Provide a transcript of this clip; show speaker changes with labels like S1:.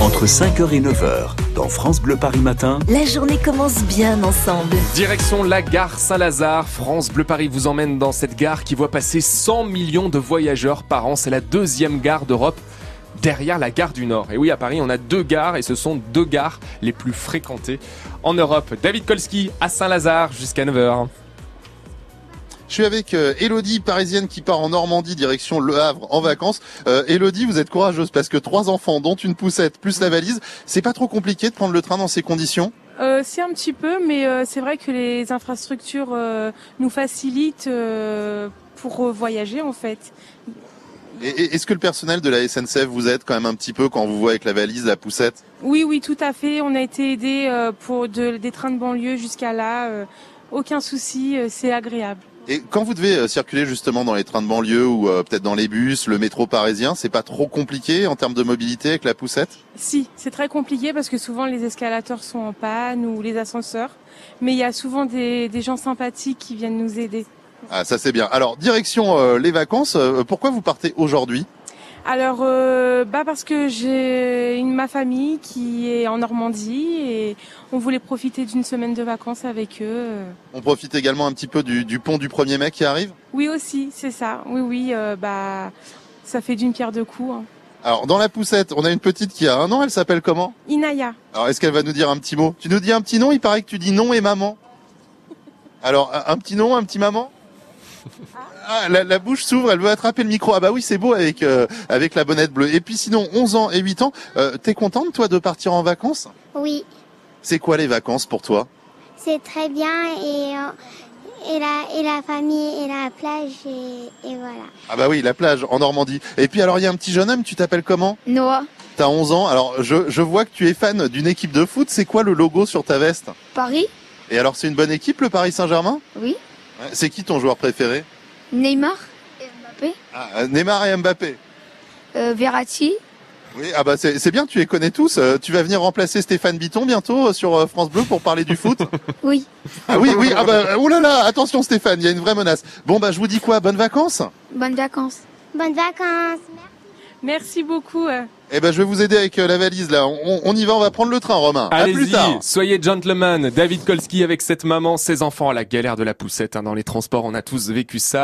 S1: Entre 5h et 9h, dans France Bleu Paris Matin,
S2: La journée commence bien ensemble.
S3: Direction la gare Saint-Lazare, France Bleu Paris vous emmène dans cette gare qui voit passer 100 millions de voyageurs par an. C'est la deuxième gare d'Europe derrière la gare du Nord. Et oui, à Paris, on a deux gares et ce sont deux gares les plus fréquentées en Europe. David Kolski à Saint-Lazare jusqu'à 9h.
S4: Je suis avec euh, Elodie, parisienne qui part en Normandie, direction Le Havre, en vacances. Euh, Elodie, vous êtes courageuse parce que trois enfants, dont une poussette, plus la valise, c'est pas trop compliqué de prendre le train dans ces conditions
S5: Euh, c'est un petit peu, mais euh, c'est vrai que les infrastructures euh, nous facilitent euh, pour euh, voyager en fait.
S4: Et- et- Est-ce que le personnel de la SNCF vous aide quand même un petit peu quand vous voit avec la valise, la poussette
S5: Oui, oui, tout à fait. On a été aidés euh, pour de, des trains de banlieue jusqu'à là. euh, aucun souci, euh, c'est agréable.
S4: Et quand vous devez euh, circuler justement dans les trains de banlieue ou euh, peut-être dans les bus, le métro parisien, c'est pas trop compliqué en termes de mobilité avec la poussette
S5: Si, c'est très compliqué parce que souvent les escalators sont en panne ou les ascenseurs, mais il y a souvent des, des gens sympathiques qui viennent nous aider.
S4: Ah, ça c'est bien. Alors, direction euh, les vacances, euh, pourquoi vous partez aujourd'hui
S5: Alors, euh, bah parce que j'ai une- ma famille qui est en Normandie et on voulait profiter d'une semaine de vacances avec eux. euh.
S4: On profite également un petit peu du, du pont du 1er mai qui arrive
S5: Oui aussi, c'est ça. Oui, oui, euh, bah ça fait d'une pierre deux coups. hein.
S4: Alors, dans la poussette, on a une petite qui a un an, elle s'appelle comment
S5: Inaya,
S4: Alors, est-ce qu'elle va nous dire un petit mot Tu nous dis un petit nom, il paraît que tu dis non et maman. Alors, un un petit nom, un petit maman ah, la, la bouche s'ouvre, elle veut attraper le micro. Ah bah oui, c'est beau avec euh, avec la bonnette bleue. Et puis sinon, 11 ans et 8 ans, euh, t'es contente toi de partir en vacances
S6: Oui,
S4: C'est quoi les vacances pour toi
S6: c'est très bien et, euh, et, la, et la famille et la plage et, et voilà.
S4: Ah bah oui, la plage en Normandie. Et puis alors, il y a un petit jeune homme, tu t'appelles comment
S7: Noah,
S4: T'as 11 ans. Alors, je, je vois que tu es fan d'une équipe de foot. C'est quoi le logo sur ta veste
S7: Paris,
S4: Et alors, c'est une bonne équipe, le Paris Saint-Germain
S7: oui.
S4: Ouais, C'est qui ton joueur préféré
S7: Neymar, Mbappé,
S4: Ah, Neymar et Mbappé.
S7: euh, Verratti.
S4: Oui, ah bah c'est c'est bien, tu les connais tous. Euh, tu vas venir remplacer Stéphane Biton bientôt euh, sur euh, France Bleu pour parler du foot.
S7: Oui,
S4: Ah oui, oui. Ah bah oh là là, attention Stéphane, il y a une vraie menace. Bon bah je vous dis quoi, bonnes vacances.
S7: bonnes vacances.
S6: Bonnes vacances
S5: merci beaucoup. euh.
S4: Eh ben je vais vous aider avec euh, la valise là. On, on- on y va, on va prendre le train, Romain. À plus tard.
S3: soyez gentleman. David Kolski avec cette maman, ses enfants à la galère de la poussette. hein, dans les transports, on a tous vécu ça.